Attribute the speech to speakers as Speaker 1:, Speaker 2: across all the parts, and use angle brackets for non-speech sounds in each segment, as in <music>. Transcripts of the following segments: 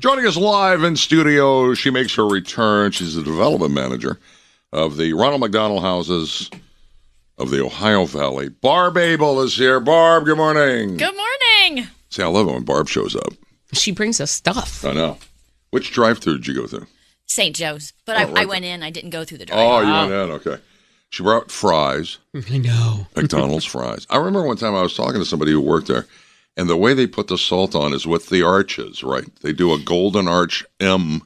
Speaker 1: Joining us live in studio, she makes her return. She's the development manager of the Ronald McDonald Houses of the Ohio Valley. Barb Abel is here. Barb, good morning.
Speaker 2: Good morning.
Speaker 1: See, I love it when Barb shows up.
Speaker 3: She brings us stuff.
Speaker 1: I know. Which drive-through did you go through?
Speaker 2: St. Joe's. But
Speaker 1: Oh,
Speaker 2: I,
Speaker 1: right.
Speaker 2: I went in. I didn't go through the drive.
Speaker 1: Oh, you went in. Okay. She brought
Speaker 2: <laughs>
Speaker 1: fries.
Speaker 3: I know.
Speaker 1: McDonald's fries. I remember one time I was talking to somebody who worked there, and the way they put the salt on is with the arches, right? They do a golden arch M,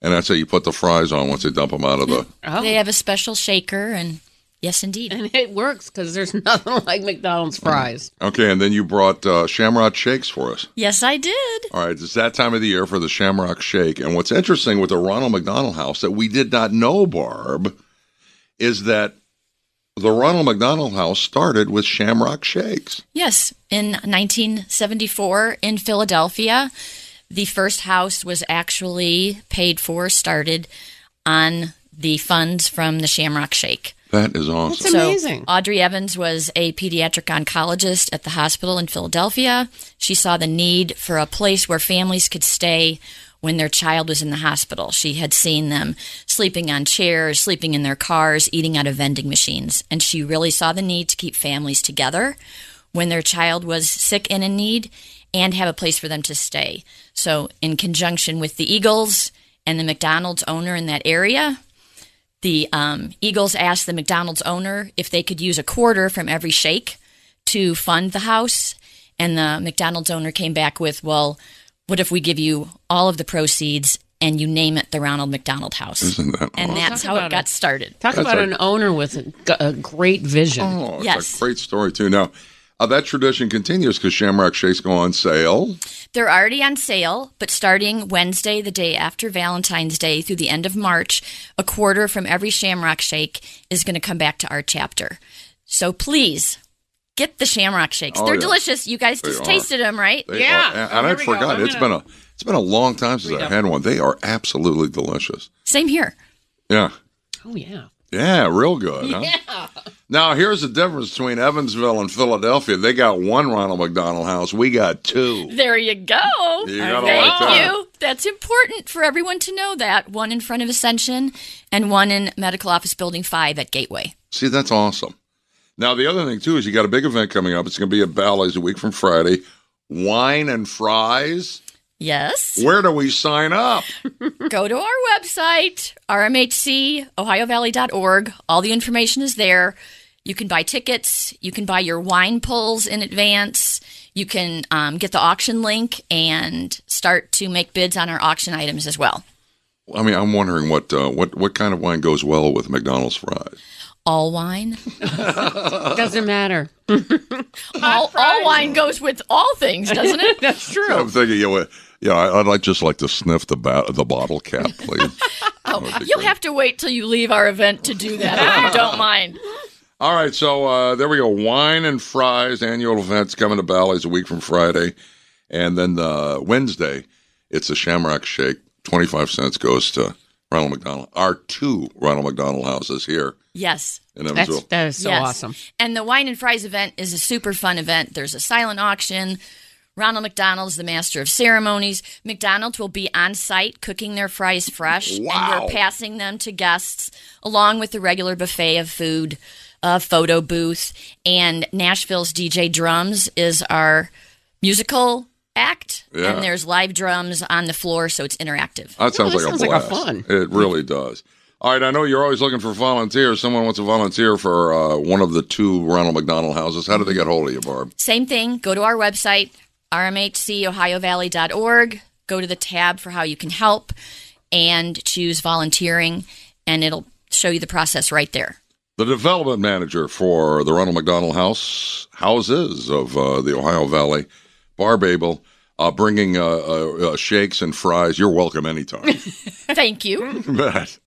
Speaker 1: and that's how you put the fries on once they dump them out of the.
Speaker 2: Mm.
Speaker 3: Oh,
Speaker 2: They have a special shaker, and yes, indeed.
Speaker 3: and it works because there's <laughs> nothing like McDonald's fries.
Speaker 1: Okay, and then you brought uh, shamrock shakes for us.
Speaker 2: <laughs> Yes, I did.
Speaker 1: All right, it's that time of the year for the shamrock shake. And what's interesting with the Ronald McDonald House that we did not know, Barb, is that the Ronald McDonald House started with shamrock shakes.
Speaker 2: Yes, in 1974 in Philadelphia, the first house was actually paid for, started on the funds from the Shamrock Shake.
Speaker 1: That is awesome.
Speaker 3: That's amazing.
Speaker 2: So Audrey Evans was a pediatric oncologist at the hospital in Philadelphia. She saw the need for a place where families could stay when their child was in the hospital. She had seen them sleeping on chairs, sleeping in their cars, eating out of vending machines, and she really saw the need to keep families together when their child was sick and in need and have a place for them to stay. So, in conjunction with the Eagles and the McDonald's owner in that area, the um, Eagles asked the McDonald's owner if they could use a quarter from every shake to fund the house. And the McDonald's owner came back with, well, what if we give you all of the proceeds and you name it the Ronald McDonald House?
Speaker 1: Isn't that
Speaker 2: and
Speaker 1: awesome?
Speaker 2: that's
Speaker 3: Talk
Speaker 2: how
Speaker 3: about
Speaker 2: it
Speaker 3: it.
Speaker 2: got started.
Speaker 3: Talk about an owner with a, g- a great vision.
Speaker 1: Oh, it's
Speaker 2: Yes.
Speaker 1: a great story too. Now, uh, that tradition continues because Shamrock Shakes go on sale.
Speaker 2: They're already on sale, but starting Wednesday, the day after Valentine's Day through the end of March, a quarter from every Shamrock Shake is going to come back to our chapter. So please get the Shamrock Shakes.
Speaker 1: Oh,
Speaker 2: They're
Speaker 1: yeah.
Speaker 2: delicious. You guys just
Speaker 1: are.
Speaker 2: tasted them, right?
Speaker 1: They
Speaker 3: Yeah.
Speaker 1: are- and and
Speaker 3: Oh, here
Speaker 1: I
Speaker 3: we go.
Speaker 1: forgot
Speaker 3: I'm
Speaker 1: it's been
Speaker 3: gonna-
Speaker 1: a it's been a long time since I had one. They are absolutely delicious.
Speaker 2: Same here.
Speaker 1: Yeah,
Speaker 3: Oh, yeah.
Speaker 1: yeah, real good. Huh?
Speaker 3: Yeah.
Speaker 1: Now here's the difference between Evansville and Philadelphia. They got one Ronald McDonald House. We got two.
Speaker 2: There you go.
Speaker 1: You gotta
Speaker 2: Thank
Speaker 1: like that.
Speaker 2: you. That's important for everyone to know that. One in front of Ascension and one in Medical Office Building 5 at Gateway.
Speaker 1: See, that's awesome. Now the other thing too is you got a big event coming up. It's going to be at Bally's a week from Friday. Wine and fries.
Speaker 2: Yes.
Speaker 1: Where do we sign up?
Speaker 2: Go to our website, rmhcohiovalley.org. All the information is there. You can buy tickets. You can buy your wine pulls in advance. You can um, get the auction link and start to make bids on our auction items as well.
Speaker 1: I mean, I'm wondering what uh, what what kind of wine goes well with McDonald's fries.
Speaker 2: All wine.
Speaker 3: Doesn't matter.
Speaker 2: All, all wine goes with all things, doesn't
Speaker 3: <laughs>
Speaker 2: it?
Speaker 3: That's true.
Speaker 1: I'm thinking, you know, yeah, I- I'd like just like to sniff the ba- the bottle cap, please.
Speaker 2: Oh, you'll have to wait till you leave our event to do that if you don't mind.
Speaker 1: All right, so uh, there we go. Wine and fries annual events coming to Bally's a week from Friday, and then uh, Wednesday, it's a Shamrock Shake. Twenty five cents goes to Ronald McDonald. Our two Ronald McDonald houses here
Speaker 2: Yes.
Speaker 1: in
Speaker 3: That's,
Speaker 1: Evansville.
Speaker 3: that is so
Speaker 2: yes.
Speaker 3: awesome.
Speaker 2: And the Wine and Fries event is a super fun event. There's a silent auction. Ronald McDonald's the master of ceremonies. McDonald's will be on site cooking their fries fresh, and
Speaker 1: Wow.
Speaker 2: we're passing them to guests along with the regular buffet of food, a photo booth, and Nashville's DJ Drums is our musical act,
Speaker 1: Yeah.
Speaker 2: and there's live drums on the floor, so it's interactive.
Speaker 1: That sounds
Speaker 3: that
Speaker 1: like
Speaker 3: sounds
Speaker 1: a
Speaker 3: like a
Speaker 1: blast.
Speaker 3: fun.
Speaker 1: It really does. All right, I know you're always looking for volunteers. Someone wants to volunteer for uh, one of the two Ronald McDonald houses. How do they get hold of you, Barb?
Speaker 2: Same thing. Go to our website, rmhcohiovalley.org. Go to the tab for how you can help and choose volunteering, and it'll show you the process right there.
Speaker 1: The development manager for the Ronald McDonald House houses of uh, the Ohio Valley, Barb Abel, uh, bringing uh, uh, uh, shakes and fries. You're welcome anytime. <laughs>
Speaker 2: Thank you.
Speaker 1: But-